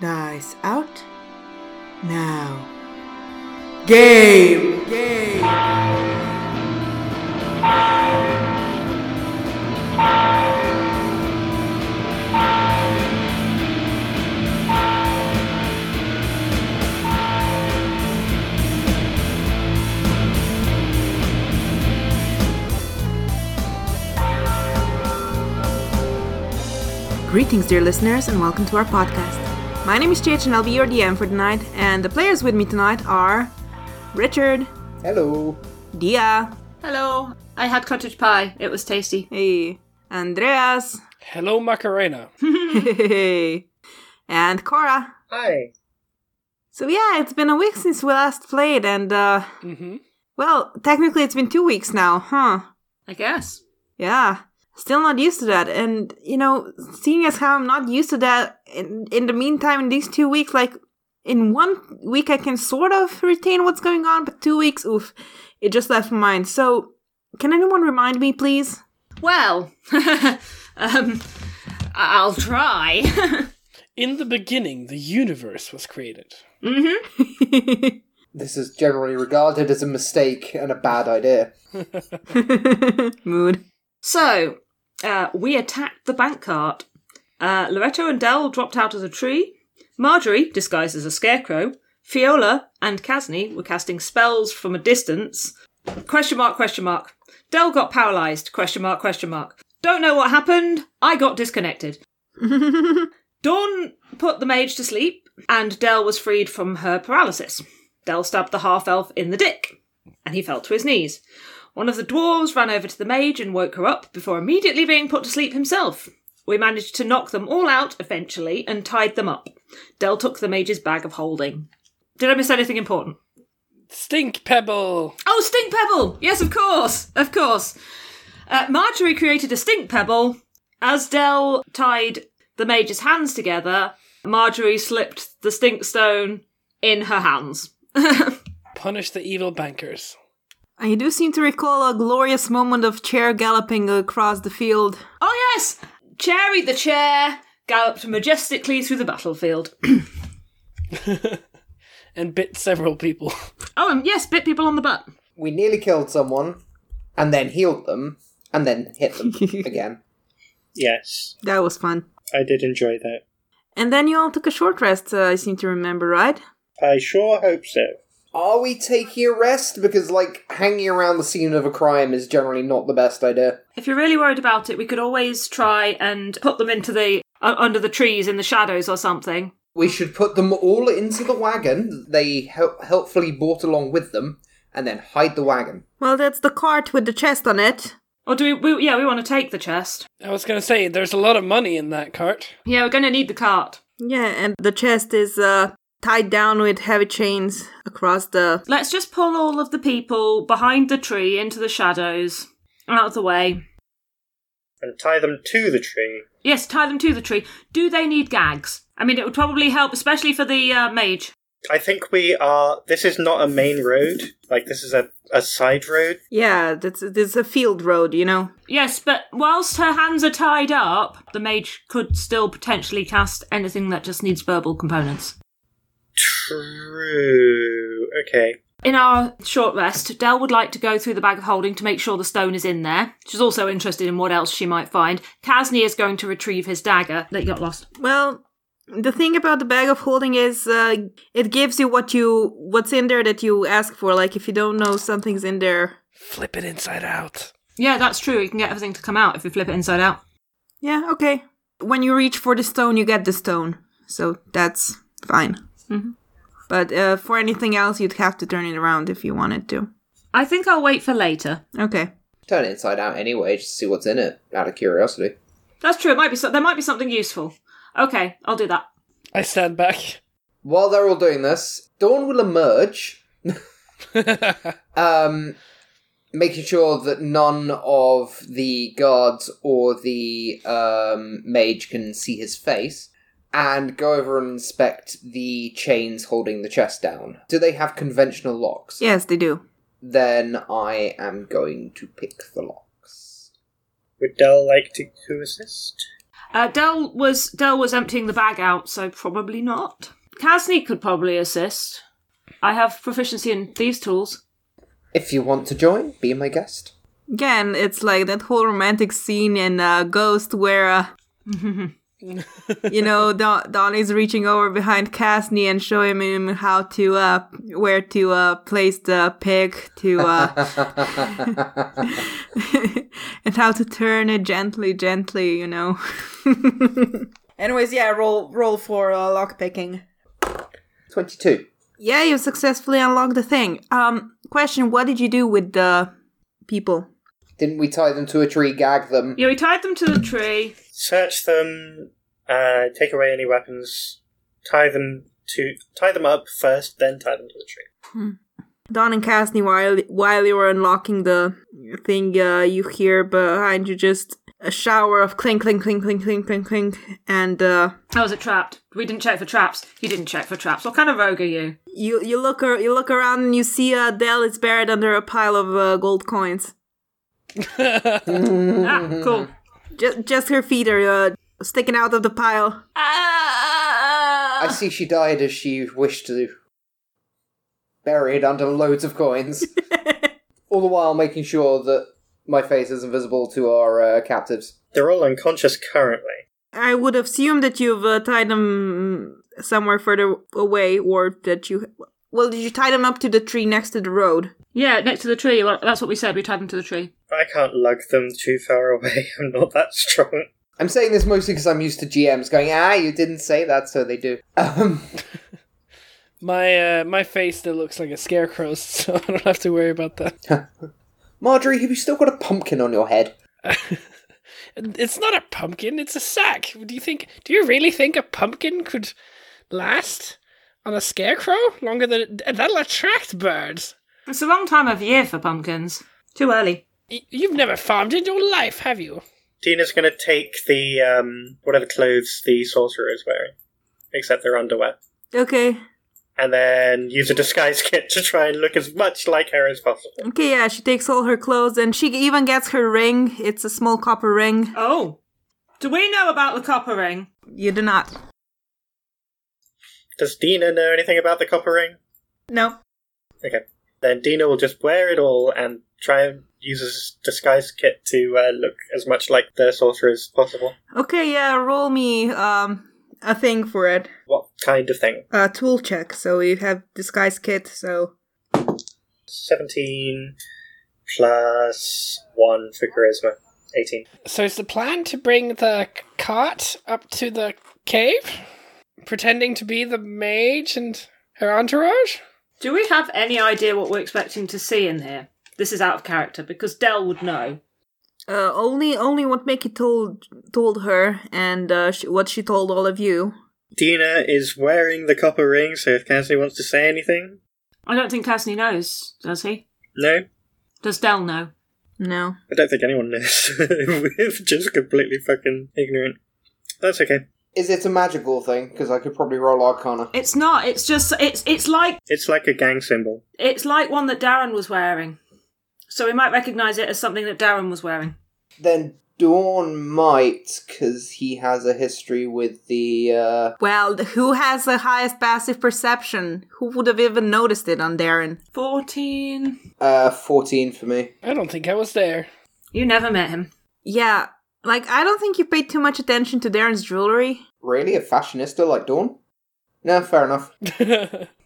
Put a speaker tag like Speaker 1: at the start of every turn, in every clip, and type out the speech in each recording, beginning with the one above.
Speaker 1: dice out now. Game! Game! Greetings, dear listeners, and welcome to our podcast. My name is Chich, and I'll be your DM for tonight. And the players with me tonight are Richard,
Speaker 2: Hello.
Speaker 1: Dia,
Speaker 3: Hello. I had cottage pie. It was tasty.
Speaker 1: hey, Andreas,
Speaker 4: Hello, Macarena.
Speaker 1: hey, and Cora.
Speaker 2: Hi.
Speaker 1: So yeah, it's been a week since we last played, and uh,
Speaker 4: hmm
Speaker 1: well, technically it's been two weeks now, huh?
Speaker 3: I guess.
Speaker 1: Yeah. Still not used to that. And, you know, seeing as how I'm not used to that, in, in the meantime, in these two weeks, like, in one week I can sort of retain what's going on, but two weeks, oof, it just left my mind. So, can anyone remind me, please?
Speaker 3: Well, um, I- I'll try.
Speaker 4: In the beginning, the universe was created.
Speaker 3: mm-hmm.
Speaker 2: This is generally regarded as a mistake and a bad idea.
Speaker 1: Mood.
Speaker 3: So, uh, we attacked the bank cart. Uh, Loretto and Dell dropped out of the tree. Marjorie, disguised as a scarecrow. Fiola and Casney were casting spells from a distance. Question mark, question mark. Dell got paralysed. Question mark, question mark. Don't know what happened. I got disconnected. Dawn put the mage to sleep, and Dell was freed from her paralysis. Dell stabbed the half elf in the dick, and he fell to his knees. One of the dwarves ran over to the mage and woke her up before immediately being put to sleep himself. We managed to knock them all out eventually and tied them up. Dell took the mage's bag of holding. Did I miss anything important?
Speaker 4: Stink Pebble!
Speaker 3: Oh, stink pebble! Yes, of course, of course. Uh, Marjorie created a stink pebble. As Dell tied the mage's hands together, Marjorie slipped the stink stone in her hands.
Speaker 4: Punish the evil bankers.
Speaker 1: I do seem to recall a glorious moment of chair galloping across the field.
Speaker 3: Oh yes! Cherry the chair galloped majestically through the battlefield.
Speaker 4: And bit several people.
Speaker 3: oh, and yes, bit people on the butt.
Speaker 2: We nearly killed someone, and then healed them, and then hit them again.
Speaker 5: Yes,
Speaker 1: That was fun.
Speaker 5: I did enjoy that.
Speaker 1: And then you all took a short rest, uh, I seem to remember, right?
Speaker 5: I sure hope so.
Speaker 2: Are we taking a rest? Because, like, hanging around the scene of a crime is generally not the best idea.
Speaker 3: If you're really worried about it, we could always try and put them into the uh, under the trees in the shadows or something.
Speaker 2: We should put them all into the wagon that they hel- helpfully brought along with them, and then hide the wagon.
Speaker 1: Well, that's the cart with the chest on it.
Speaker 3: Or do we, we? Yeah, we want to take the chest.
Speaker 4: I was gonna say, there's a lot of money in that cart.
Speaker 3: Yeah, we're going to need the cart.
Speaker 1: Yeah, and the chest is uh, tied down with heavy chains across the.
Speaker 3: Let's just pull all of the people behind the tree into the shadows and out of the way.
Speaker 5: And tie them to the tree.
Speaker 3: Yes, tie them to the tree. Do they need gags? I mean, it would probably help, especially for the uh, mage.
Speaker 5: I think we are. This is not a main road. Like, this is a, a side road.
Speaker 1: Yeah, that's there's a field road, you know.
Speaker 3: Yes, but whilst her hands are tied up, the mage could still potentially cast anything that just needs verbal components.
Speaker 5: True. Okay.
Speaker 3: In our short rest, Dell would like to go through the bag of holding to make sure the stone is in there. She's also interested in what else she might find. Casney is going to retrieve his dagger that got lost.
Speaker 1: Well, the thing about the bag of holding is uh, it gives you what you what's in there that you ask for. Like if you don't know something's in there,
Speaker 4: Flip it inside out.
Speaker 3: Yeah, that's true. You can get everything to come out if you flip it inside out.
Speaker 1: yeah, okay. When you reach for the stone, you get the stone, so that's fine. But uh, for anything else, you'd have to turn it around if you wanted to.
Speaker 3: I think I'll wait for later.
Speaker 1: Okay.
Speaker 2: Turn it inside out anyway, just to see what's in it, out of curiosity.
Speaker 3: That's true. It might be so- there might be something useful. Okay, I'll do that.
Speaker 4: I stand back.
Speaker 2: While they're all doing this, Dawn will emerge um, making sure that none of the guards or the um, mage can see his face, and go over and inspect the chains holding the chest down. Do they have conventional locks?
Speaker 1: Yes, they do.
Speaker 2: Then I am going to pick the locks.
Speaker 5: Would Dell like to co assist?
Speaker 3: Uh, Dell was Dell was emptying the bag out, so probably not. Casney could probably assist. I have proficiency in thieves' tools.
Speaker 2: If you want to join, be my guest.
Speaker 1: Again, it's like that whole romantic scene in uh, Ghost where, uh, you know, Don- Donnie's reaching over behind Casney and showing him how to, uh, where to uh, place the pig to, uh, and how to turn it gently, gently, you know. Anyways, yeah, roll roll for uh, lock picking.
Speaker 2: 22.
Speaker 1: Yeah, you successfully unlocked the thing. Um, question: What did you do with the people?
Speaker 2: Didn't we tie them to a tree, gag them?
Speaker 3: Yeah, we tied them to the tree.
Speaker 5: Search them, uh, take away any weapons, tie them to tie them up first, then tie them to the tree.
Speaker 1: Don and Casney, while while you were unlocking the thing, uh, you hear behind you just a shower of clink, clink, clink, clink, clink, clink, clink, and uh,
Speaker 3: How was it trapped? We didn't check for traps. You didn't check for traps. What kind of rogue are you?
Speaker 1: you you look ar- you look around and you see uh, Dell is buried under a pile of uh, gold coins.
Speaker 3: Ah, cool.
Speaker 1: Just just her feet are uh, sticking out of the pile.
Speaker 3: Ah!
Speaker 2: I see she died as she wished to. Buried under loads of coins. All the while making sure that my face is invisible to our uh, captives.
Speaker 5: They're all unconscious currently.
Speaker 1: I would assume that you've uh, tied them somewhere further away, or that you. Well, did you tie them up to the tree next to the road?
Speaker 3: Yeah, next to the tree. Well, that's what we said. We tied them to the tree.
Speaker 5: I can't lug them too far away. I'm not that strong.
Speaker 2: I'm saying this mostly because I'm used to GMs going, ah, you didn't say that, so they do. Um,
Speaker 4: my uh, my face still looks like a scarecrow's, so I don't have to worry about that.
Speaker 2: Marjorie, have you still got a pumpkin on your head?
Speaker 4: It's not a pumpkin; it's a sack. Do you think? Do you really think a pumpkin could last on a scarecrow longer than it, that'll attract birds?
Speaker 3: It's the wrong time of year for pumpkins. Too early.
Speaker 4: Y- You've never farmed in your life, have you?
Speaker 5: Tina's going to take the um, whatever clothes the sorcerer is wearing, except their underwear,
Speaker 1: Okay.
Speaker 5: and then use a disguise kit to try and look as much like her as possible.
Speaker 1: Okay, yeah, she takes all her clothes and she even gets her ring. It's a small copper ring.
Speaker 3: Oh, do we know about the copper ring?
Speaker 1: You do not.
Speaker 5: Does Dina know anything about the copper ring?
Speaker 1: No.
Speaker 5: Okay. Then Dina will just wear it all and try and use his disguise kit to uh, look as much like the sorcerer as possible.
Speaker 1: Okay, yeah, roll me um a thing for it.
Speaker 5: What kind of thing?
Speaker 1: A tool check. So you have disguise kit, so
Speaker 5: 17 plus 1 for charisma. 18.
Speaker 4: So is the plan to bring the c- cart up to the cave, pretending to be the mage and her entourage?
Speaker 3: Do we have any idea what we're expecting to see in here? This is out of character because Dell would know.
Speaker 1: uh only only what Mickey told told her and uh she, what she told all of you.
Speaker 5: Dina is wearing the copper ring, so if Cassidy wants to say anything,
Speaker 3: I don't think Casney knows, does he?
Speaker 5: no.
Speaker 3: Does Dell know?
Speaker 1: No.
Speaker 5: I don't think anyone knows. We're just completely fucking ignorant. That's okay.
Speaker 2: Is it a magical thing? Because I could probably roll Arcana.
Speaker 3: It's not. It's just. It's it's like
Speaker 5: It's like a gang symbol.
Speaker 3: it's like one that Darren was wearing. So we might recognise it as something that Darren was wearing.
Speaker 2: Then Dawn might, because he has a history with the. Uh,
Speaker 1: Well, th- who has the highest passive perception? Who would have even noticed it on Darren?
Speaker 3: Fourteen.
Speaker 2: Uh, 14 for me.
Speaker 4: I don't think I was there.
Speaker 3: You never met him.
Speaker 1: Yeah, like I don't think you paid too much attention to Darren's jewelry.
Speaker 2: Really? A fashionista like Dawn? No, fair enough.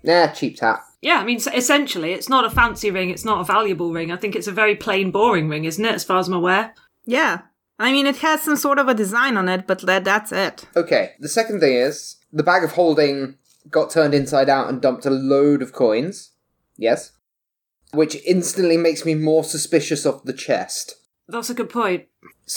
Speaker 2: nah, cheap tat.
Speaker 3: Yeah, I mean, s- essentially, it's not a fancy ring. It's not a valuable ring. I think it's a very plain, boring ring, isn't it? As far as I'm aware.
Speaker 1: Yeah. I mean, it has some sort of a design on it, but that, that's it.
Speaker 2: Okay, the second thing is the bag of holding got turned inside out and dumped a load of coins. Yes. Which instantly makes me more suspicious of the chest.
Speaker 3: That's a good point.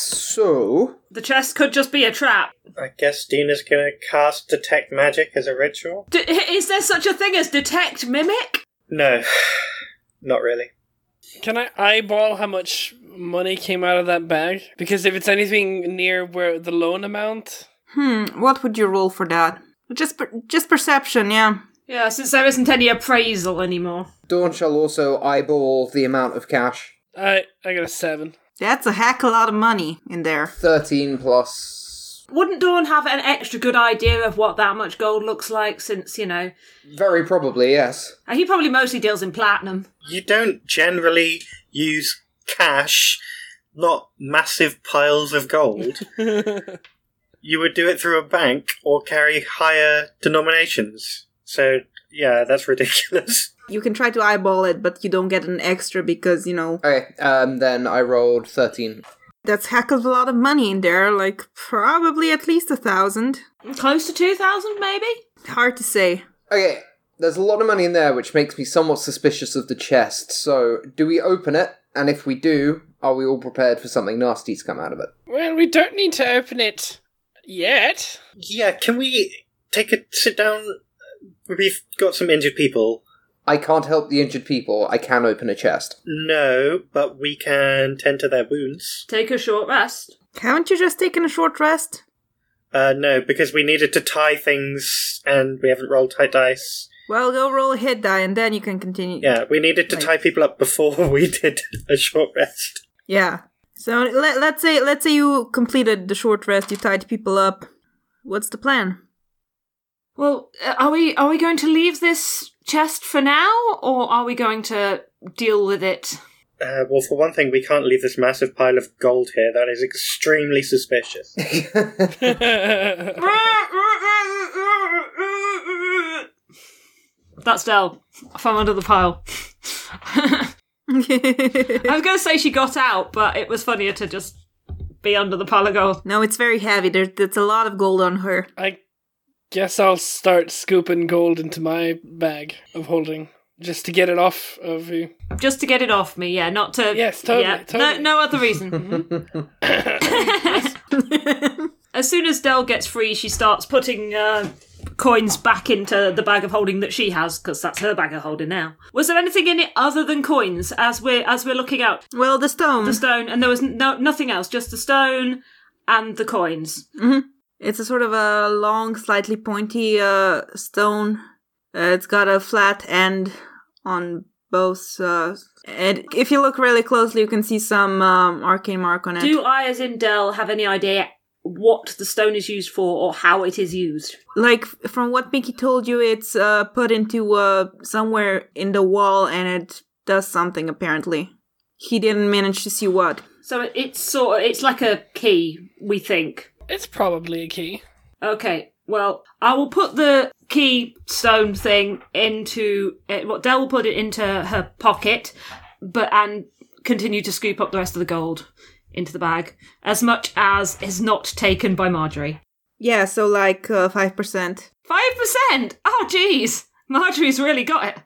Speaker 2: So,
Speaker 3: The chest could just be a trap.
Speaker 5: I guess Dina's gonna cast Detect Magic as a ritual?
Speaker 3: D- is there such a thing as detect mimic?
Speaker 5: No, not really.
Speaker 4: Can I eyeball how much money came out of that bag? Because if it's anything near where the loan amount,
Speaker 1: Hmm, what would you roll for that? Just per- just perception, yeah.
Speaker 3: Yeah, since there isn't any appraisal anymore.
Speaker 2: Dawn shall also eyeball the amount of cash.
Speaker 4: I I got a seven.
Speaker 1: That's a heck of a lot of money in there.
Speaker 2: 13 plus
Speaker 3: Wouldn't Dawn have an extra good idea of what that much gold looks like since, you know,
Speaker 2: Very probably, yes.
Speaker 3: uh, he probably mostly deals in platinum.
Speaker 5: You don't generally use cash, not massive piles of gold. you would do it through a bank or carry higher denominations. So, yeah, that's ridiculous.
Speaker 1: You can try to eyeball it, but you don't get an extra because, you know,
Speaker 2: Okay, um, then I rolled 13.
Speaker 1: that's heck of a lot of money in there. Like, probably at least a thousand.
Speaker 3: Close to 2,000, maybe?
Speaker 1: Hard to say.
Speaker 2: Okay, there's a lot of money in there, which makes me somewhat suspicious of the chest. So, do we open it? And if we do, are we all prepared for something nasty to come out of it?
Speaker 4: Well, we don't need to open it yet.
Speaker 5: Yeah, can we take a sit down? We've got some injured people.
Speaker 2: I can't help the injured people. I can open a chest.
Speaker 5: No, but we can tend to their wounds.
Speaker 3: Take a short rest.
Speaker 1: Haven't you just taken a short rest?
Speaker 5: Uh, no, because we needed to tie things and we haven't rolled tight dice.
Speaker 1: Well, go roll a hit die and then you can continue.
Speaker 5: Yeah, we needed to
Speaker 1: Right.
Speaker 5: tie people up before we did a short rest.
Speaker 1: Yeah. So let, let's say let's say you completed the short rest, you tied people up. What's the plan?
Speaker 3: Well, uh, are we are we going to leave this chest for now, or are we going to deal with it?
Speaker 5: Uh, well, for one thing, we can't leave this massive pile of gold here. That is extremely suspicious.
Speaker 3: That's Dell from under the pile. I was going to say she got out, but it was funnier to just be under the pile of gold.
Speaker 1: no, it's very heavy. There's that's a lot of gold on her.
Speaker 4: I guess I'll start scooping gold into my bag of holding just to get it off of you.
Speaker 3: Just to get it off me, yeah, not to.
Speaker 4: Yes, totally,
Speaker 3: yeah,
Speaker 4: totally.
Speaker 3: No, no other reason. as soon as Dell gets free, she starts putting uh, coins back into the bag of holding that she has, because that's her bag of holding now. Was there anything in it other than coins? As we're as we're looking out,
Speaker 1: Well, the stone.
Speaker 3: the stone, and there was no nothing else, just the stone and the coins.
Speaker 1: it's a sort of a long, slightly pointy uh, stone. Uh, it's got a flat end on both. Uh, and if you look really closely, you can see some um, arcane mark on it.
Speaker 3: Do I, as in Dell, have any idea what the stone is used for or how it is used?
Speaker 1: like from what Mickey told you, it's uh, put into uh, somewhere in the wall, and it does something. Apparently, he didn't manage to see what.
Speaker 3: So it- it's sort of, it's like a key, we think.
Speaker 4: It's probably a key.
Speaker 3: Okay, well, I will put the key stone thing into it. What Dell will put it into her pocket, but and continue to scoop up the rest of the gold into the bag as much as is not taken by Marjorie.
Speaker 1: Yeah, so like uh, five percent.
Speaker 3: Five percent. Oh, jeez, Marjorie's really got it.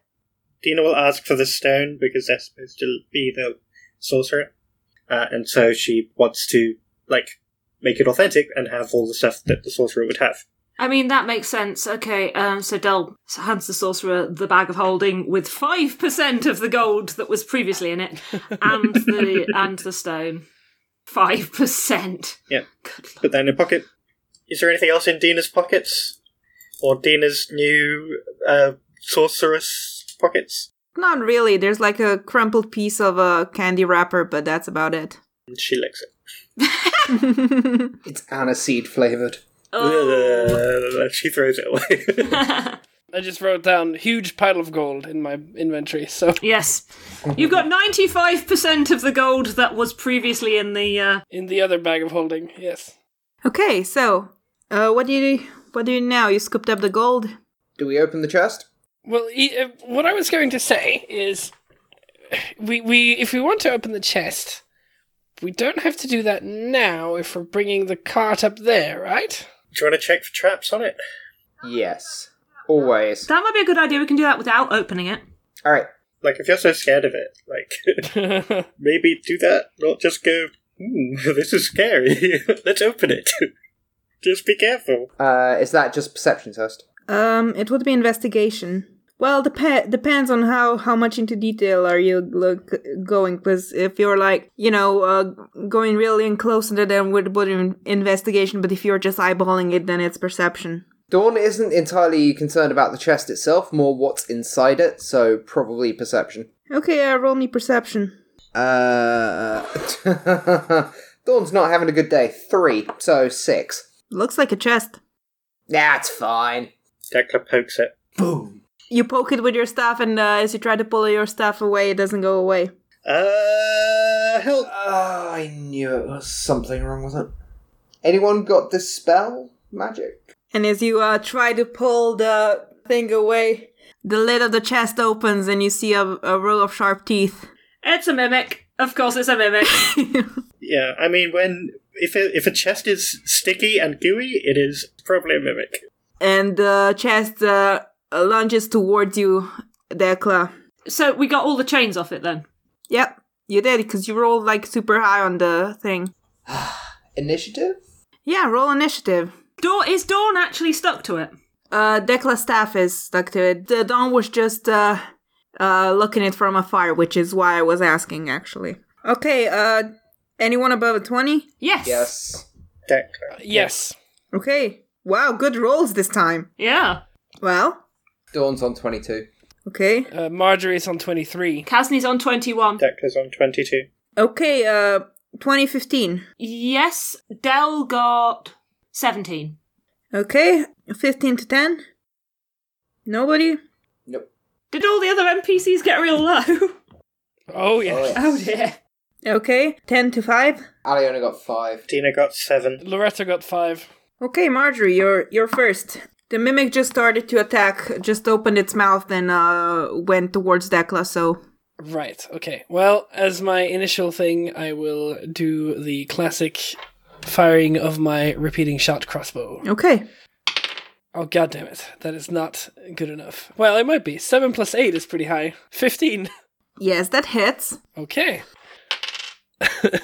Speaker 5: Dina will ask for the stone because they're supposed to be the sorcerer, uh, and so she wants to like make it authentic and have all the stuff that the sorcerer would have.
Speaker 3: I mean, that makes sense. Okay, um, so Del hands the sorcerer the bag of holding with 5% of the gold that was previously in it and the and the stone. 5%.
Speaker 5: Yeah,
Speaker 3: Good lord.
Speaker 5: put that in your pocket. Is there anything else in Dina's pockets or Dina's new uh, sorceress pockets?
Speaker 1: Not really. There's like a crumpled piece of a candy wrapper, but that's about it.
Speaker 5: And she licks it.
Speaker 2: it's aniseed flavoured.
Speaker 3: Oh.
Speaker 5: Uh, she throws it away.
Speaker 4: I just wrote down huge pile of gold in my inventory, so
Speaker 3: Yes. You've got 95% of the gold that was previously in the. Uh...
Speaker 4: in the other bag of holding, yes.
Speaker 1: Okay, so uh, what do you what do you now? You scooped up the gold.
Speaker 2: Do we open the chest?
Speaker 4: Well, e- uh, what I was going to say is, we we if we want to open the chest, we don't have to do that now if we're bringing the cart up there, right?
Speaker 5: Do you want to check for traps on it?
Speaker 2: Yes. Always.
Speaker 3: That might be a good idea. We can do that without opening it.
Speaker 2: Alright,
Speaker 5: Like, if you're so scared of it, like, maybe do that. Not just go, hmm, this is scary. Let's open it. just be careful.
Speaker 2: uh, is that just perception test?
Speaker 1: Um, it would be investigation. Well, dep- depends on how how much into detail are you look going. Because if you're like you know uh, going really in close into them would would in- investigation, but if you're just eyeballing it, then it's perception.
Speaker 2: Dawn isn't entirely concerned about the chest itself, more what's inside it, so probably perception.
Speaker 1: Okay, uh, roll me perception.
Speaker 2: Uh. Dawn's not having a good day. Three, so six.
Speaker 1: Looks like a chest.
Speaker 2: That's fine.
Speaker 5: Dekla pokes it.
Speaker 2: Boom.
Speaker 1: You poke it with your staff, and uh, as you try to pull your staff away, it doesn't go away.
Speaker 2: Uh, help. I knew it was something wrong with it. Anyone got this spell magic?
Speaker 1: And as you uh, try to pull the thing away, the lid of the chest opens, and you see a, a row of sharp teeth.
Speaker 3: It's a mimic. Of course, it's a mimic.
Speaker 5: Yeah, I mean, when if a, if a chest is sticky and gooey, it is probably a mimic.
Speaker 1: and the chest uh, lunges towards you, Decla.
Speaker 3: so we got all the chains off it then.
Speaker 1: Yep, you did because you rolled like super high on the thing.
Speaker 2: Initiative?
Speaker 1: Yeah, roll initiative.
Speaker 3: Dawn is Dawn actually stuck to it?
Speaker 1: Uh, Decla's staff is stuck to it. The Dawn was just uh, uh, looking it from afar, which is why I was asking actually. Okay, uh, anyone above a twenty?
Speaker 3: Yes.
Speaker 2: Yes.
Speaker 5: Dekla.
Speaker 4: Yes.
Speaker 1: Okay, wow, good rolls this time.
Speaker 3: Yeah.
Speaker 1: Well,
Speaker 2: Dawn's on 22.
Speaker 1: okay,
Speaker 4: Uh, Marjorie's on 23.
Speaker 3: Casney's on twenty-one.
Speaker 5: Dekla's on 22.
Speaker 1: okay. Uh, twenty fifteen.
Speaker 3: Yes. Dell got seventeen.
Speaker 1: Okay, fifteen to ten. Nobody.
Speaker 2: Nope.
Speaker 3: Did all the other NPCs get real low?
Speaker 4: Oh, yes.
Speaker 3: oh dear.
Speaker 1: Okay, 10 to 5.
Speaker 2: Ali only got 5.
Speaker 5: Dina got 7.
Speaker 4: Loretta got 5.
Speaker 1: Okay, Marjorie, you're you're first. The mimic just started to attack, just opened its mouth and uh went towards Dekla, so
Speaker 4: Right, okay. Well, as my initial thing, I will do the classic firing of my repeating shot crossbow.
Speaker 1: okay.
Speaker 4: Oh, god damn it. That is not good enough. Well, it might be. 7 plus 8 is pretty high. 15.
Speaker 1: Yes, that hits.
Speaker 4: Okay.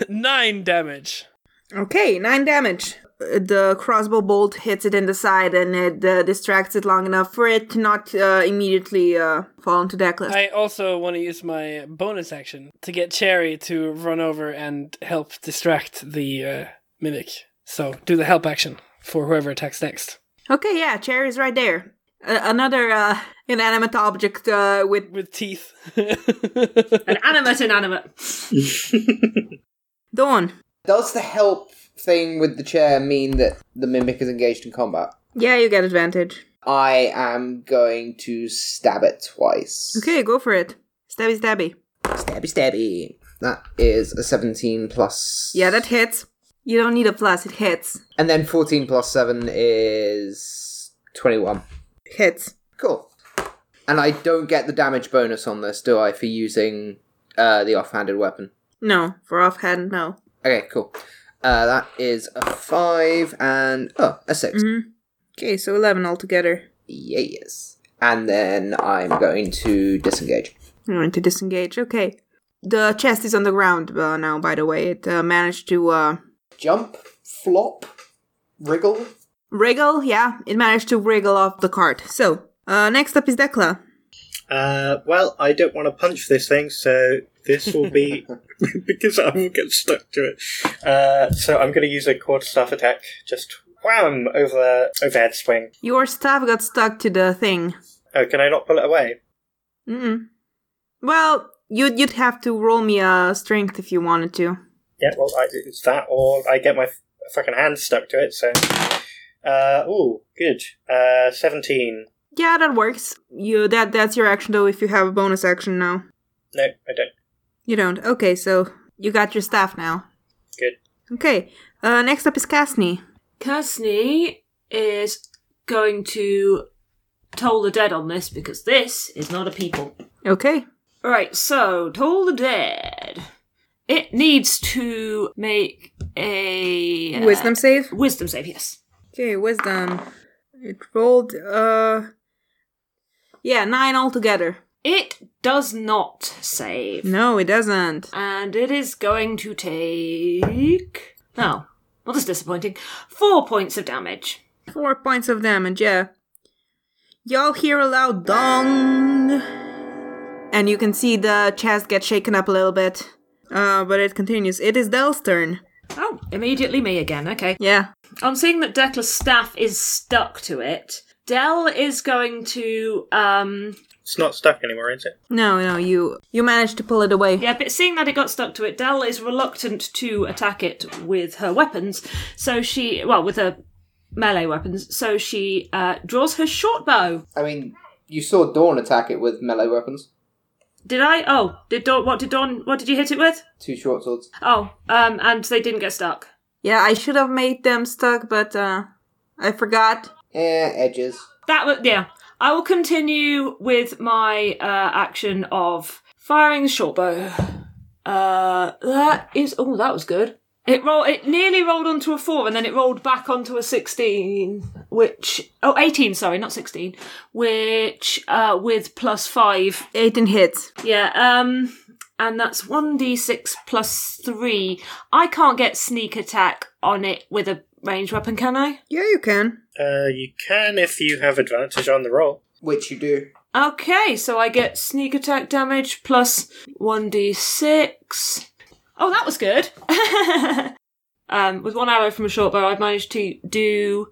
Speaker 4: 9 damage.
Speaker 1: Okay, 9 damage. Uh, The crossbow bolt hits it in the side and it uh, distracts it long enough for it to not uh, immediately uh, fall into Dekla.
Speaker 4: I also want to use my bonus action to get Cherry to run over and help distract the uh, mimic. So, do the help action for whoever attacks next.
Speaker 1: Okay, yeah, Cherry's right there. Uh, another uh, inanimate object uh, with
Speaker 4: With teeth.
Speaker 3: An animate inanimate.
Speaker 1: Dawn.
Speaker 2: Does the help thing with the chair mean that the mimic is engaged in combat?
Speaker 1: Yeah, you get advantage.
Speaker 2: I am going to stab it twice.
Speaker 1: Okay, go for it. Stabby, stabby.
Speaker 2: Stabby, stabby. That is a 17 plus.
Speaker 1: Yeah, that hits. You don't need a plus, it hits.
Speaker 2: And then 14 plus 7 is 21.
Speaker 1: Hits.
Speaker 2: Cool. And I don't get the damage bonus on this, do I, for using uh, the offhanded weapon?
Speaker 1: No, for offhand, no.
Speaker 2: Okay, cool. Uh, that is a 5 and. Oh, a 6.
Speaker 1: Okay, so 11 altogether.
Speaker 2: Yes. And then I'm going to disengage.
Speaker 1: I'm going to disengage. Okay. The chest is on the ground uh, now, by the way. It uh, managed to uh,
Speaker 2: Jump, flop, wriggle.
Speaker 1: wriggle. Yeah, it managed to wriggle off the cart. So, uh, next up is Dekla.
Speaker 5: Uh, well, I don't want to punch this thing, so this will be. because I will get stuck to it. Uh, so I'm going to use a quarterstaff attack. Just wham! Over, overhead swing.
Speaker 1: Your staff got stuck to the thing.
Speaker 5: Oh, can I not pull it away?
Speaker 1: Mm-mm. Well, you'd, you'd have to roll me a strength if you wanted to.
Speaker 5: Yeah, well, I, it's that, or I get my f- fucking hand stuck to it. So, uh, oh, good. Uh, seventeen.
Speaker 1: Yeah, that works. You that that's your action though. If you have a bonus action now,
Speaker 5: No, I don't.
Speaker 1: you don't. Okay, so you got your staff now.
Speaker 5: Good.
Speaker 1: Okay. Uh, next up is Casney.
Speaker 3: Casney is going to toll the dead on this because this is not a people.
Speaker 1: Okay.
Speaker 3: Right, so toll the dead. It needs to make a uh,
Speaker 1: Wisdom save.
Speaker 3: Wisdom save, yes.
Speaker 1: Okay, wisdom. It rolled uh Yeah, nine altogether.
Speaker 3: It does not save,
Speaker 1: No, it doesn't.
Speaker 3: and it is going to take. Oh, well, that's disappointing. Four points of damage.
Speaker 1: Four points of damage, yeah. Y'all hear a loud dong and you can see the chest get shaken up a little bit. Uh, but it continues. It is Dell's turn.
Speaker 3: Oh, immediately me again. Okay.
Speaker 1: Yeah.
Speaker 3: On seeing that Decla's staff is stuck to it, Dell is going to um
Speaker 5: It's not stuck anymore, is it?
Speaker 1: No, no, you you managed to pull it away.
Speaker 3: yeah, but seeing that it got stuck to it, Dell is reluctant to attack it with her weapons, so she well, with her melee weapons, so she uh, draws her short bow.
Speaker 2: I mean, you saw Dawn attack it with melee weapons.
Speaker 3: Did I? Oh, did Dawn? What did Dawn? What did you hit it with?
Speaker 2: Two short swords.
Speaker 3: Oh, um, and they didn't get stuck.
Speaker 1: Yeah, I should have made them stuck, but uh, I forgot.
Speaker 2: Eh, edges.
Speaker 3: That was yeah. I will continue with my uh, action of firing the short bow. Uh, that is oh, that was good. It roll. It nearly rolled onto a four, and then it rolled back onto a sixteen, which oh, 18, Sorry, not sixteen. Which uh, with plus five
Speaker 1: 18 hits.
Speaker 3: yeah, um, and that's 1d6 plus 3. I can't get sneak attack on it with a ranged weapon, can I?
Speaker 1: Yeah, you can.
Speaker 5: Uh, you can if you have advantage on the roll.
Speaker 2: Which you do.
Speaker 3: Okay, so I get sneak attack damage plus 1d6. Oh, that was good. um, with one arrow from a short bow, I've managed to do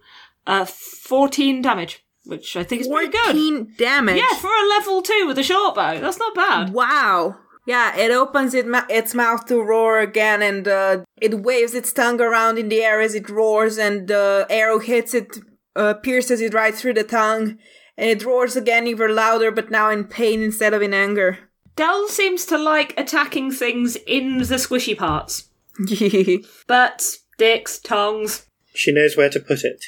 Speaker 3: uh, 14 damage, which I think is pretty good.
Speaker 1: 14 damage.
Speaker 3: Yeah, for a level 2 with a short bow, that's not bad.
Speaker 1: Wow. Yeah, it opens it mou- its mouth to roar again, and uh, it waves its tongue around in the air as it roars, and the arrow hits it, uh, pierces it right through the tongue, and it roars again, even louder, but now in pain instead of in anger.
Speaker 3: Dell seems to like attacking things in the squishy parts.
Speaker 1: yeah,
Speaker 3: Butts, dicks, tongues.
Speaker 5: She knows where to put it.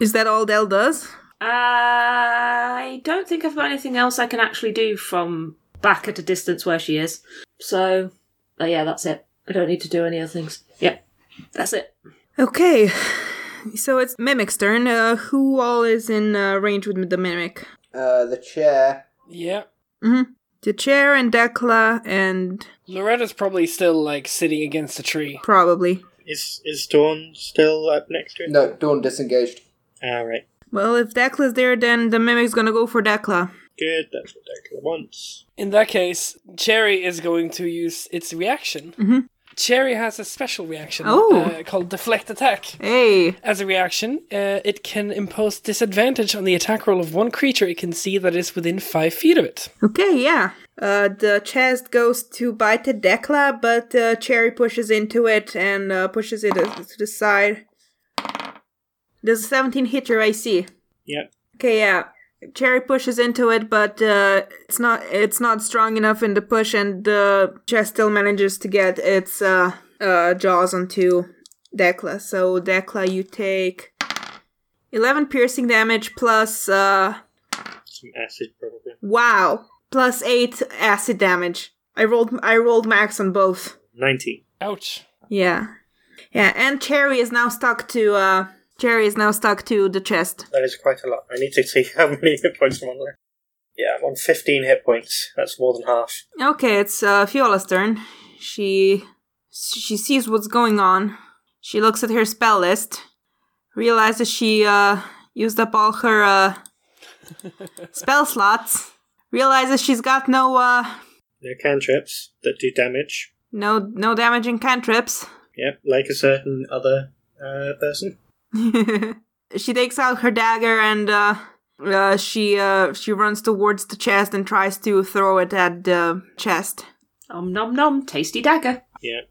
Speaker 1: is that all Dell does?
Speaker 3: I don't think I've got anything else I can actually do from back at a distance where she is. So, uh, yeah, that's it. I don't need to do any other things. Yep, that's it.
Speaker 1: Okay, so it's Mimic's turn. Uh, who all is in uh, range with the Mimic?
Speaker 2: Uh, the chair.
Speaker 4: Yeah.
Speaker 1: Mm-hmm. The chair and Decla, and
Speaker 4: Loretta's probably still like sitting against a tree.
Speaker 1: probably.
Speaker 5: Is is Dawn still up next to it?
Speaker 2: No, Dawn disengaged.
Speaker 5: All right.
Speaker 1: Well, if Decla's there, then the Mimic's gonna go for Decla.
Speaker 5: Good. That's what Declan wants.
Speaker 4: In that case, Cherry is going to use its reaction.
Speaker 1: Mhm.
Speaker 4: Cherry has a special reaction
Speaker 1: Oh.
Speaker 4: uh, called Deflect Attack.
Speaker 1: Hey,
Speaker 4: As a reaction, uh, it can impose disadvantage on the attack roll of one creature it can see that is within five feet of it.
Speaker 1: Okay, yeah. Uh, the chest goes to bite the Decla, but uh, Cherry pushes into it and uh, pushes it uh, to the side. There's a 17 hit your AC.
Speaker 5: Yep.
Speaker 1: Okay, yeah. Cherry pushes into it, but uh, it's not it's not strong enough in the push, and the chest still manages to get its uh, uh, jaws onto Decla. So Decla, you take 11 piercing damage plus uh,
Speaker 5: Some acid, probably.
Speaker 1: Wow. Plus eight acid damage. I rolled I rolled max on both.
Speaker 5: Nineteen.
Speaker 4: Ouch.
Speaker 1: Yeah. Yeah, and Cherry is now stuck to uh Cherry is now stuck to the chest.
Speaker 5: That is quite a lot. I need to see how many hit points I'm on there. Yeah, I'm on fifteen hit points. That's more than half.
Speaker 1: Okay, it's uh Fiola's turn. She she sees what's going on. She looks at her spell list, realizes she uh used up all her uh spell slots, realizes she's got no uh
Speaker 5: No cantrips that do damage.
Speaker 1: no no damage in cantrips.
Speaker 5: Yep, like a certain other uh, person.
Speaker 1: she takes out her dagger and uh, uh, she uh, she runs towards the chest and tries to throw it at the chest.
Speaker 3: Om nom nom, tasty dagger.
Speaker 5: Yeah.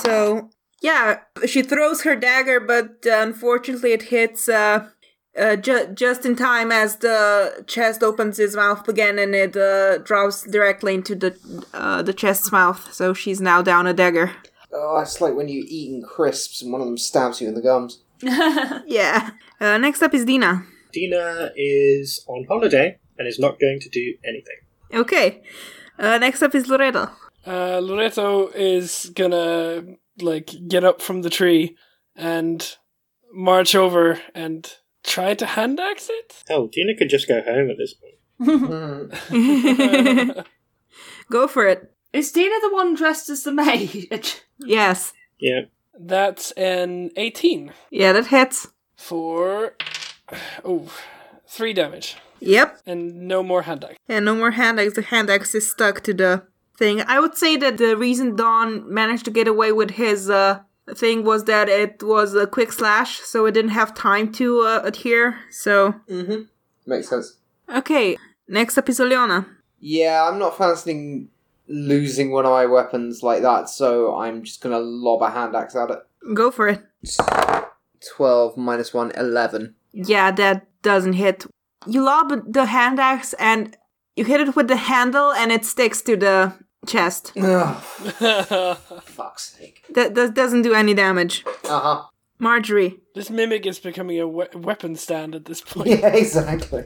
Speaker 1: So yeah, she throws her dagger, but uh, unfortunately it hits uh, uh, ju- just in time as the chest opens his mouth again and it uh, drops directly into the uh, the chest's mouth. So she's now down a dagger.
Speaker 2: Oh, it's like when you're eating crisps and one of them stabs you in the gums.
Speaker 1: Yeah. Uh, next up is Dina.
Speaker 5: Dina is on holiday and is not going to do anything.
Speaker 1: Okay. Uh, next up is Loretta.
Speaker 4: Uh, Loretto is gonna like get up from the tree and march over and try to hand axe it.
Speaker 5: Oh, Dina could just go home at this point.
Speaker 1: Go for it.
Speaker 3: Is Dina the one dressed as the mage?
Speaker 1: Yes.
Speaker 5: Yeah.
Speaker 4: That's an eighteen
Speaker 1: Yeah, that hits.
Speaker 4: for oh three damage
Speaker 1: Yep.
Speaker 4: and no more hand axe.
Speaker 1: And no more hand axe. The hand axe is stuck to the thing. I would say that the reason Don managed to get away with his uh, thing was that it was a quick slash, so it didn't have time to uh, adhere. So,
Speaker 2: Makes sense.
Speaker 1: okay. Next up is Oleana.
Speaker 2: Yeah, I'm not fancying losing one of my weapons like that, so I'm just gonna lob a hand axe at it.
Speaker 1: Go for it.
Speaker 2: 12 minus 1, 11.
Speaker 1: Yeah, that doesn't hit. You lob the hand axe and you hit it with the handle and it sticks to the chest.
Speaker 2: Ugh, fuck's sake.
Speaker 1: That, that doesn't do any damage.
Speaker 2: Uh huh.
Speaker 1: Marjorie.
Speaker 4: this mimic is becoming a we- weapon stand at this point.
Speaker 2: Yeah, exactly.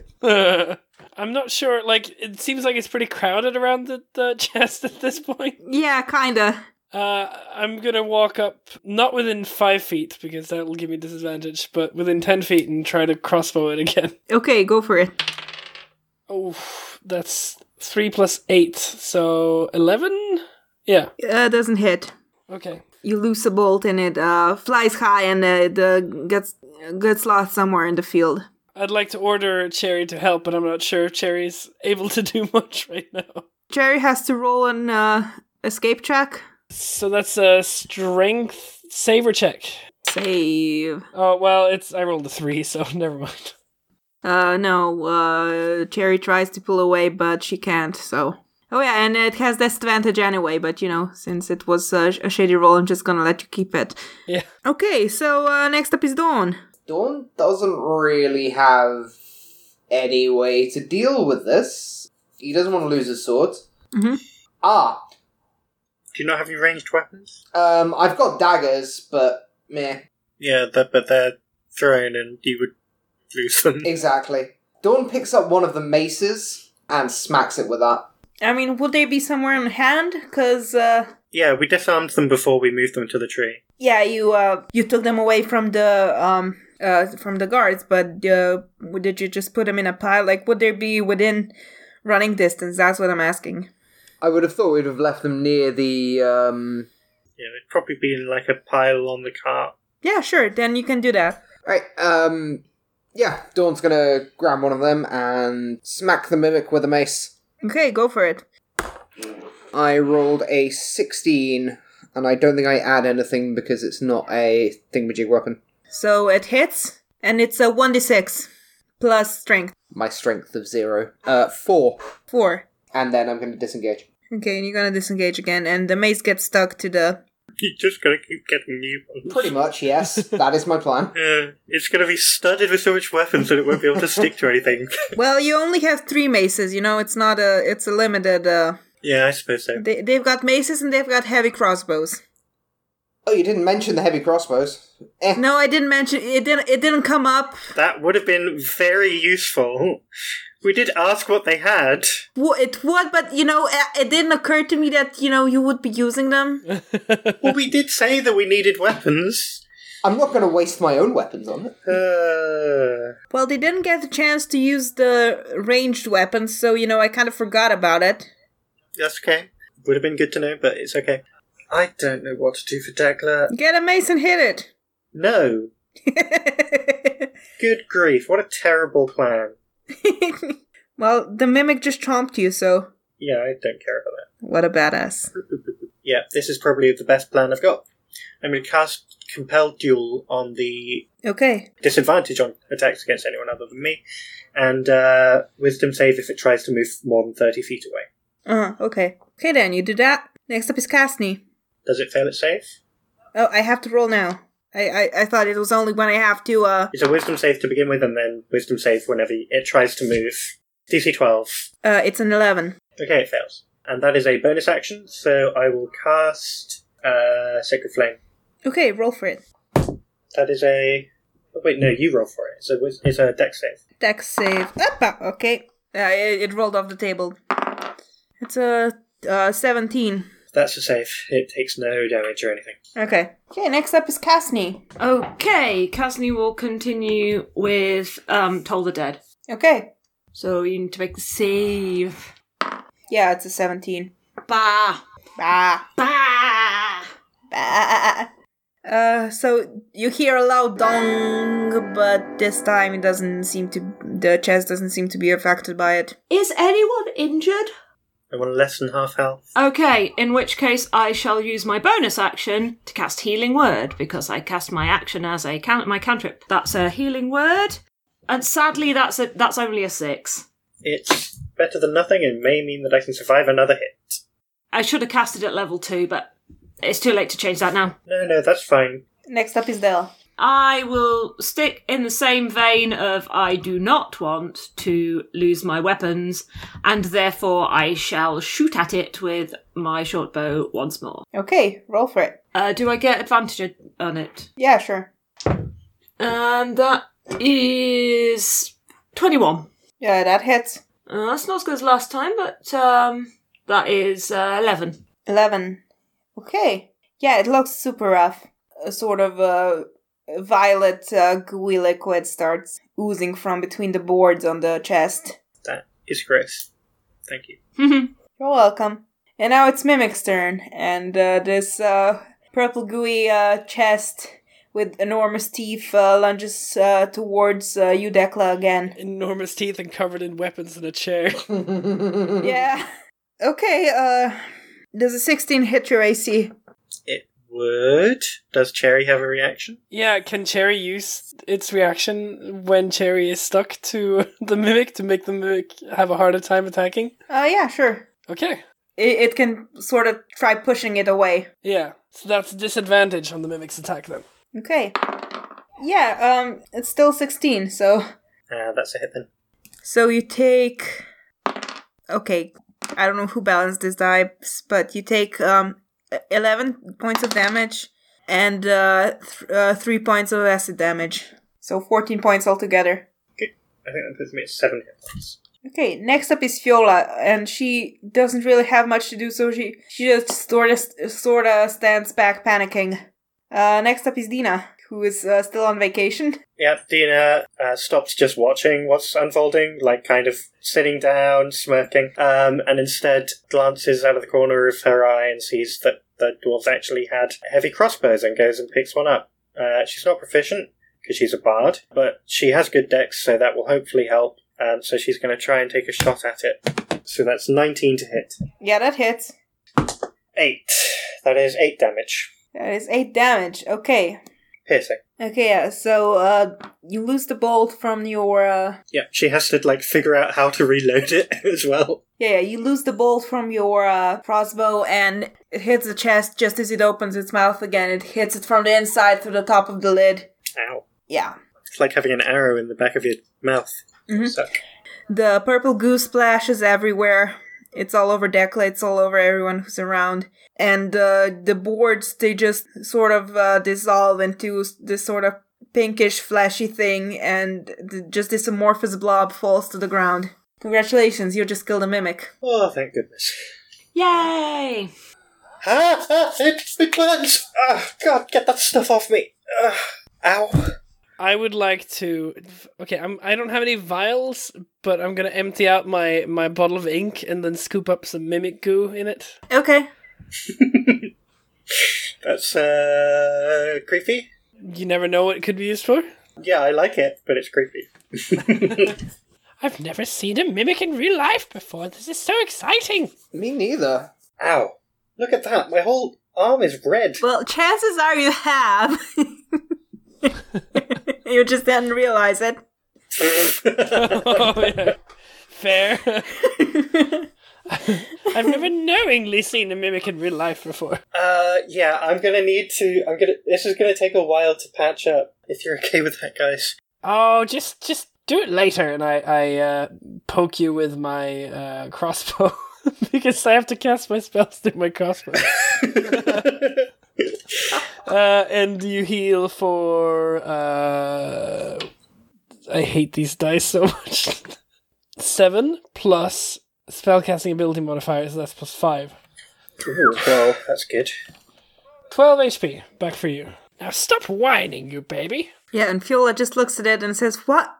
Speaker 4: I'm not sure. Like, it seems like it's pretty crowded around the, the chest at this point.
Speaker 1: Yeah, kinda.
Speaker 4: Uh, I'm gonna walk up, not within five feet because that will give me disadvantage, but within ten feet and try to crossbow it again.
Speaker 1: Okay, go for it.
Speaker 4: Oh, that's three plus eight, so eleven. Yeah.
Speaker 1: Uh, doesn't hit.
Speaker 4: Okay.
Speaker 1: You loose a bolt and it uh, flies high and uh, it uh, gets gets lost somewhere in the field.
Speaker 4: I'd like to order Cherry to help, but I'm not sure if Cherry's able to do much right now.
Speaker 1: Jerry has to roll an uh, escape check.
Speaker 4: So that's a strength saver check.
Speaker 1: Save.
Speaker 4: Oh well, it's I rolled a three, so never mind.
Speaker 1: Uh, no, uh, Cherry tries to pull away, but she can't, so. Oh, yeah, and it has disadvantage anyway, but you know, since it was uh, a shady roll, I'm just gonna let you keep it.
Speaker 4: Yeah.
Speaker 1: Okay, so uh, next up is Dawn.
Speaker 2: Dawn doesn't really have any way to deal with this. He doesn't want to lose his sword.
Speaker 1: Mhm.
Speaker 2: Ah,
Speaker 5: Do you not have any ranged weapons?
Speaker 2: um, I've got daggers, but meh.
Speaker 5: Yeah, that, but they're thrown and you would lose them.
Speaker 2: Exactly. Dawn picks up one of the maces and smacks it with that.
Speaker 1: I mean, would they be somewhere in hand? Because, uh,
Speaker 5: Yeah, we disarmed them before we moved them to the tree.
Speaker 1: yeah, you, uh, you took them away from the, um, uh, from the guards, but, uh, did you just put them in a pile? Like, would they be within running distance? That's what I'm asking.
Speaker 2: I would have thought we'd have left them near the um.
Speaker 5: Yeah, it'd probably be in like a pile on the cart.
Speaker 1: Yeah, sure, then you can do that.
Speaker 2: Right. Um. Yeah, Dawn's gonna grab one of them and smack the mimic with a mace.
Speaker 1: Okay, go for it.
Speaker 2: I rolled a sixteen, and I don't think I add anything because it's not a thingamajig weapon.
Speaker 1: So it hits, and it's a 1d6 plus strength.
Speaker 2: My strength of zero, uh, four,
Speaker 1: 4.
Speaker 2: and then I'm gonna disengage.
Speaker 1: Okay, and you're gonna disengage again, and the mace gets stuck to the.
Speaker 5: You just gotta keep getting new ones.
Speaker 2: Pretty much, yes. that is my plan.
Speaker 5: Yeah, it's gonna be studded with so much weapons that it won't be able to stick to anything.
Speaker 1: Well, you only have three maces, you know, it's not a. It's a limited. Uh,
Speaker 5: Yeah, I suppose so.
Speaker 1: they, they've got maces and they've got heavy crossbows.
Speaker 2: Oh, you didn't mention the heavy crossbows. Eh.
Speaker 1: No, I didn't mention. It didn't, it didn't come up.
Speaker 5: That would have been very useful. We did ask what they had.
Speaker 1: Wo- It would, but, you know, uh, it didn't occur to me that, you know, you would be using them.
Speaker 5: Well, we did say that we needed weapons.
Speaker 2: I'm not gonna waste my own weapons on it.
Speaker 5: Uh,
Speaker 1: Well, they didn't get the chance to use the ranged weapons, so, you know, I kind of forgot about it.
Speaker 5: that's okay. Would have been good to know, but it's okay. I don't know what to do for Dagla.
Speaker 1: Get a mace and hit it!
Speaker 5: No. Good grief, what a terrible plan.
Speaker 1: well, the mimic just chomped you, so
Speaker 5: Yeah, I don't care about that.
Speaker 1: what a badass.
Speaker 5: Yeah, this is probably the best plan I've got. I'm going to cast Compel Duel on the
Speaker 1: Okay.
Speaker 5: disadvantage on attacks against anyone other than me, and uh, Wisdom save if it tries to move more than 30 feet away.
Speaker 1: Uh huh. Okay. Okay, then you do that. Next up is Castney.
Speaker 5: Does it fail its save?
Speaker 1: Oh, I have to roll now. I, I I thought it was only when I have to. Uh.
Speaker 5: It's a Wisdom save to begin with, and then Wisdom save whenever it tries to move. DC 12.
Speaker 1: Uh. It's an eleven.
Speaker 5: Okay, it fails. And that is a bonus action, so I will cast uh, Sacred Flame.
Speaker 1: Okay. Roll for it.
Speaker 5: That is a. Oh, wait, no, you roll for it. It's a, wis- it's a deck save.
Speaker 1: Dex save. Uppa. Okay. Uh, it, it rolled off the table. It's a uh, seventeen.
Speaker 5: That's a save. It takes no damage or anything.
Speaker 1: Okay. Okay. Next up is Castney.
Speaker 3: Okay, Casney will continue with um, Toll the Dead.
Speaker 1: Okay.
Speaker 3: So you need to make the save.
Speaker 1: Yeah, it's a seventeen.
Speaker 3: Bah!
Speaker 1: Ah.
Speaker 3: Bah!
Speaker 1: Uh, so you hear a loud dong, but this time it doesn't seem to. The chest doesn't seem to be affected by it.
Speaker 3: Is anyone injured?
Speaker 5: I want less than half health.
Speaker 3: Okay, in which case I shall use my bonus action to cast Healing Word because I cast my action as a can- my cantrip. That's a Healing Word, and sadly that's a that's only a six.
Speaker 5: It's better than nothing and may mean that I can survive another hit.
Speaker 3: I should have casted at level two, but it's too late to change that now.
Speaker 5: No, no, that's fine.
Speaker 1: Next up is Dell.
Speaker 3: I will stick in the same vein of I do not want to lose my weapons, and therefore I shall shoot at it with my short bow once more.
Speaker 1: Okay, roll for it.
Speaker 3: Uh, do I get advantage on it?
Speaker 1: Yeah, sure.
Speaker 3: And that is 21.
Speaker 1: Yeah, that hits.
Speaker 3: Uh, that's not as good as last time, but um, that is uh, 11.
Speaker 1: 11. Okay. Yeah, it looks super rough. A sort of uh, violet, uh, gooey liquid starts oozing from between the boards on the chest.
Speaker 5: That is gross. Thank you.
Speaker 1: You're welcome. And now it's Mimic's turn, and uh, this uh, purple gooey uh, chest with enormous teeth uh, lunges uh, towards uh, you, Dekla, again.
Speaker 4: Enormous teeth and covered in weapons in a chair.
Speaker 1: yeah. Okay, uh, does a 16 hit your AC?
Speaker 5: It would. Does Cherry have a reaction?
Speaker 4: Yeah, can Cherry use its reaction when Cherry is stuck to the mimic to make the mimic have a harder time attacking?
Speaker 1: Uh, yeah, sure.
Speaker 4: Okay.
Speaker 1: It, it can sort of try pushing it away.
Speaker 4: Yeah. So that's disadvantage on the mimic's attack then.
Speaker 1: Okay. Yeah, um, it's still 16, so.
Speaker 5: Ah, that's a hit then.
Speaker 1: So you take. Okay, I don't know who balanced these dice, but you take um, 11 points of damage and uh, th- uh, 3 points of acid damage. So 14 points altogether.
Speaker 5: I think that puts me at seven hit points.
Speaker 1: Okay, next up is Fiola, and she doesn't really have much to do, so she, she just sort of, sort of stands back panicking. Uh, next up is Dina, who is uh, still on vacation.
Speaker 5: Yeah, Dina uh, stops just watching what's unfolding, like kind of sitting down, smirking, um, and instead glances out of the corner of her eye and sees that the dwarves actually had heavy crossbows and goes and picks one up. Uh, she's not proficient because she's a bard, but she has good dex, so that will hopefully help. Um, so she's going to try and take a shot at it. So that's 19 to hit.
Speaker 1: Yeah, that hits.
Speaker 5: Eight. That is eight damage.
Speaker 1: That is 8 damage. Okay.
Speaker 5: Piercing.
Speaker 1: Okay, yeah, so uh, you lose the bolt from your. Uh,
Speaker 5: Yeah, she has to like figure out how to reload it as well.
Speaker 1: yeah, yeah, you lose the bolt from your uh, crossbow and it hits the chest just as it opens its mouth again. It hits it from the inside through the top of the lid.
Speaker 5: Ow.
Speaker 1: Yeah.
Speaker 5: It's like having an arrow in the back of your mouth.
Speaker 1: Mhm.
Speaker 5: Suck.
Speaker 1: The purple goo splashes everywhere. It's all over Dekla, it's all over everyone who's around. And uh, the boards, they just sort of uh, dissolve into s- this sort of pinkish, flashy thing, and th- just this amorphous blob falls to the ground. Congratulations, you just killed a mimic.
Speaker 5: Oh, thank goodness.
Speaker 3: Yay!
Speaker 5: Ah, ah, it, it burns! Ah, God, get that stuff off me! Ah, ow.
Speaker 4: I would like to. Okay, I'm. I don't have any vials, but I'm gonna empty out my my bottle of ink and then scoop up some mimic goo in it.
Speaker 1: Okay.
Speaker 5: That's, uh, creepy?
Speaker 4: You never know what it could be used for.
Speaker 5: Yeah, I like it, but it's creepy.
Speaker 4: I've never seen a mimic in real life before. This is so exciting.
Speaker 2: Me neither.
Speaker 5: Ow. Look at that, my whole arm is red.
Speaker 1: Well, chances are you have. you just didn't realize it.
Speaker 4: oh, yeah. Fair. I've never knowingly seen a mimic in real life before.
Speaker 5: Uh, yeah, I'm gonna need to. I'm gonna. This is gonna take a while to patch up, if you're okay with that, guys.
Speaker 4: Oh, just just do it later, and I I uh, poke you with my uh, crossbow because I have to cast my spells through my crossbow, uh, and you heal for. Uh, I hate these dice so much. Seven plus spellcasting ability modifiers. that's plus five.
Speaker 5: Ooh, well, that's good.
Speaker 4: 12 HP back for you. Now stop whining, you baby.
Speaker 1: Yeah, and Fiola just looks at it and says, What?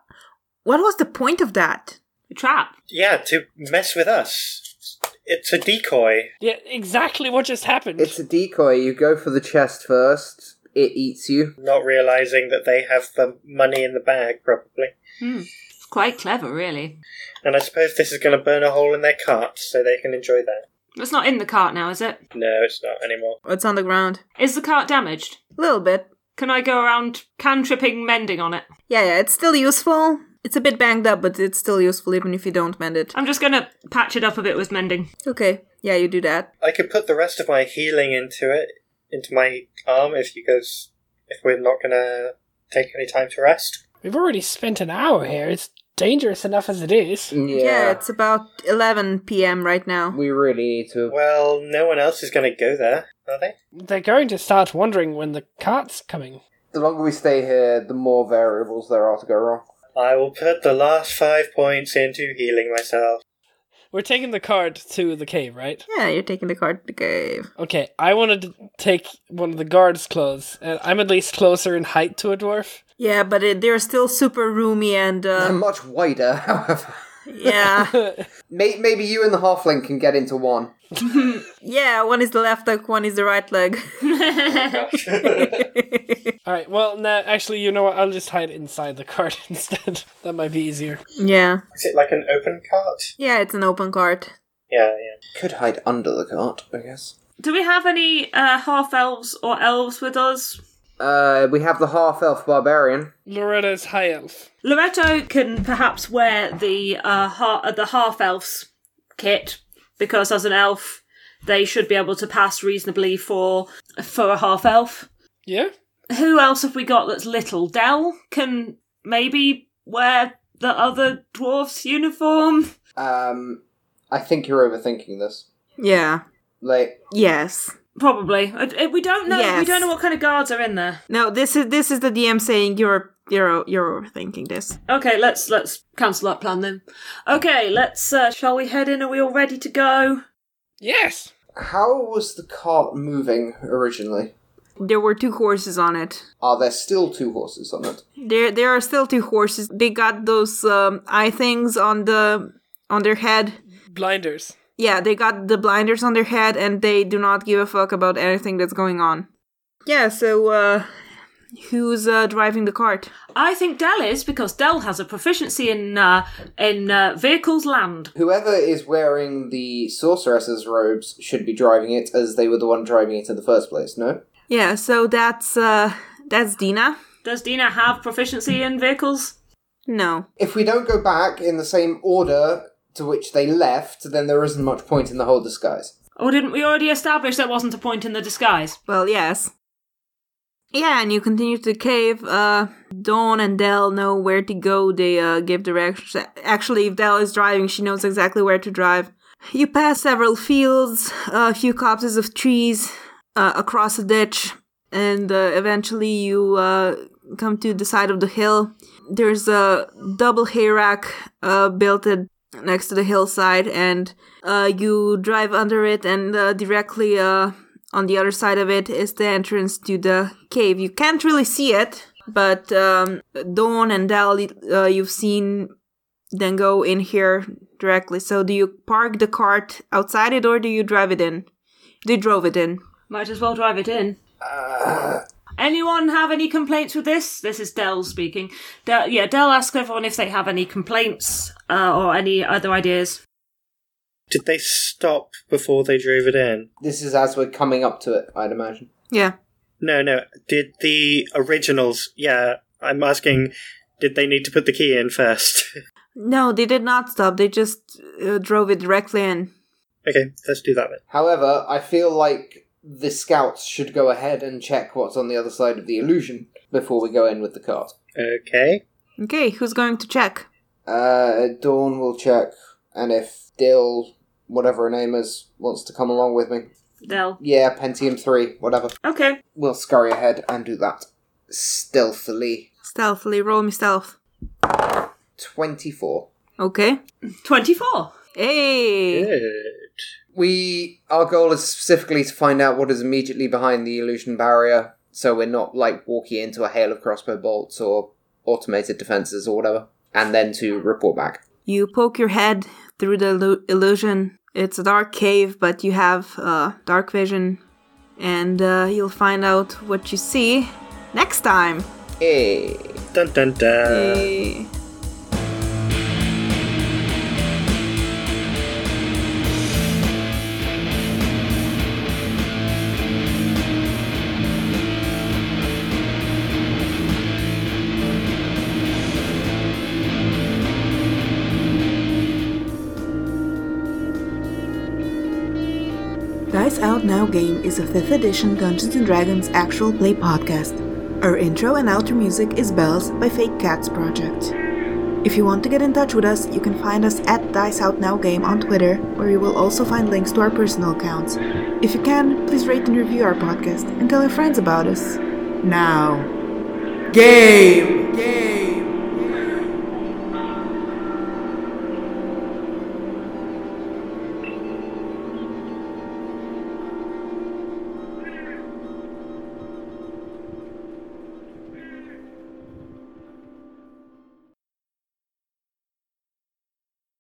Speaker 1: What was the point of that?
Speaker 3: A trap.
Speaker 5: Yeah, to mess with us. It's a decoy.
Speaker 4: Yeah, exactly what just happened.
Speaker 2: It's a decoy. You go for the chest first. It eats you.
Speaker 5: Not realizing that they have the money in the bag, probably.
Speaker 3: It's quite clever, really.
Speaker 5: And I suppose this is going to burn a hole in their cart, so they can enjoy that.
Speaker 3: It's not in the cart now, is it?
Speaker 5: No, it's not anymore.
Speaker 1: It's on the ground.
Speaker 3: Is the cart damaged?
Speaker 1: A little bit.
Speaker 3: Can I go around cantripping mending on it?
Speaker 1: Yeah, yeah, it's still useful. It's a bit banged up, but it's still useful even if you don't mend it.
Speaker 3: I'm just gonna patch it up a bit with mending.
Speaker 1: Okay, yeah, you do that.
Speaker 5: I could put the rest of my healing into it, into my arm, if you guys, if we're not going to take any time to rest.
Speaker 4: We've already spent an hour here. It's dangerous enough as it is.
Speaker 1: Yeah. it's about 11 p.m. right now.
Speaker 2: we really need to.
Speaker 5: Well, no one else is going to go there, are they?
Speaker 4: They're going to start wondering when the cart's coming.
Speaker 2: The longer we stay here, the more variables there are to go wrong.
Speaker 5: I will put the last five points into healing myself.
Speaker 4: We're taking the card to the cave, right?
Speaker 1: Yeah, you're taking the card to the cave.
Speaker 4: Okay, I wanted to take one of the guards' clothes, and I'm at least closer in height to a dwarf.
Speaker 1: Yeah, but it, they're still super roomy and,
Speaker 2: They're
Speaker 1: uh,
Speaker 2: much wider, however.
Speaker 1: yeah.
Speaker 2: May- Maybe you and the halfling can get into one.
Speaker 1: Yeah, one is the left leg, one is the right leg.
Speaker 4: All right. Well, no, actually, you know what? I'll just hide inside the cart instead. that might be easier.
Speaker 1: yeah.
Speaker 5: Is it like an open cart?
Speaker 1: Yeah, it's an open card.
Speaker 5: Yeah, yeah.
Speaker 2: Could hide under the cart, I guess.
Speaker 3: Do we have any uh, half elves or elves with us?
Speaker 2: Uh, we have the half elf barbarian.
Speaker 4: Loretta's high elf.
Speaker 3: Loretto can perhaps wear the uh, ha- uh, the half elf's kit because as an elf, they should be able to pass reasonably for for a half elf.
Speaker 4: Yeah.
Speaker 3: Who else have we got that's little? Dell can maybe wear the other dwarf's uniform.
Speaker 2: Um, I think you're overthinking this.
Speaker 1: Yeah.
Speaker 2: Like,
Speaker 1: Yes.
Speaker 3: Probably. I- I- We don't know. We
Speaker 1: Yes.
Speaker 3: don't know what kind of guards are in there.
Speaker 1: No, this is this is the DM saying you're you're you're overthinking this.
Speaker 3: Okay, let's let's cancel that plan then. Okay, let's. Uh, shall we head in? Are we all ready to go?
Speaker 4: Yes.
Speaker 2: how was the cart moving originally?
Speaker 1: There were two horses on it.
Speaker 2: Are there still two horses on it?
Speaker 1: There there are still two horses. They got those um, eye things on the on their head.
Speaker 4: Blinders.
Speaker 1: Yeah, they got the blinders on their head and they do not give a fuck about anything that's going on. Yeah, so uh who's uh driving the cart?
Speaker 3: I think Dell is because Dell has a proficiency in uh, in uh, vehicles land.
Speaker 2: Whoever is wearing the sorceress's robes should be driving it, as they were the one driving it in the first place, no?
Speaker 1: Yeah, so that's uh that's Dina.
Speaker 3: Does Dina have proficiency in vehicles?
Speaker 1: No.
Speaker 2: If we don't go back in the same order to which they left, then there isn't much point in the whole disguise.
Speaker 3: Or didn't we already establish there wasn't a point in the disguise?
Speaker 1: Well, yes. Yeah, and you continue to the cave. Uh, Dawn and Dell know where to go. They uh, give directions. Actually, if Dell is driving, she knows exactly where to drive. You pass several fields, a few copses of trees, uh, across a ditch, and uh, eventually you uh, come to the side of the hill. There's a double hayrack uh, built at next to the hillside, and uh, you drive under it, and uh, directly uh, on the other side of it is the entrance to the cave. You can't really see it, but um, Dawn and Dal, uh, you've seen then go in here directly. So do you park the cart outside it or do you drive it in? They drove it in.
Speaker 3: Might as well drive it in.
Speaker 2: Uh,
Speaker 3: Anyone have any complaints with this? This is Dell speaking. Del, yeah, Dell asks everyone if they have any complaints uh, or any other ideas.
Speaker 5: Did they stop before they drove it in?
Speaker 2: this is as we're coming up to it, I'd imagine.
Speaker 1: Yeah.
Speaker 5: No, no. Did the originals? Yeah, I'm asking. Did they need to put the key in first?
Speaker 1: No, they did not stop. They just uh, drove it directly in.
Speaker 5: okay, let's do that then.
Speaker 2: However, I feel like the scouts should go ahead and check what's on the other side of the illusion before we go in with the cart.
Speaker 5: Okay.
Speaker 1: Okay, who's going to check?
Speaker 2: Uh, Dawn will check, and if Dill, whatever her name is, wants to come along with me,
Speaker 3: Dell.
Speaker 2: yeah, Pentium 3, whatever,
Speaker 3: Okay.
Speaker 2: we'll scurry ahead and do that. Stealthily.
Speaker 1: Stealthily, roll me stealth.
Speaker 2: 24.
Speaker 1: Okay.
Speaker 3: 24.
Speaker 1: Hey!
Speaker 5: Good.
Speaker 2: We, our goal is specifically to find out what is immediately behind the illusion barrier, so we're not, like, walking into a hail of crossbow bolts or automated defenses or whatever, and then to report back.
Speaker 1: You poke your head through the illu- illusion. It's a dark cave, but you have uh, dark vision, and uh, you'll find out what you see next time.
Speaker 2: Hey.
Speaker 5: Dun dun dun.
Speaker 1: Hey. Dice Out Now Game is a 5th edition Dungeons & Dragons actual play podcast. Our intro and outro music is Bells by Fake Cats Project. If you want to get in touch with us, you can find us at Dice Out Now Game on Twitter, where you will also find links to our personal accounts. If you can, please rate and review our podcast and tell your friends about us. Now, game. game.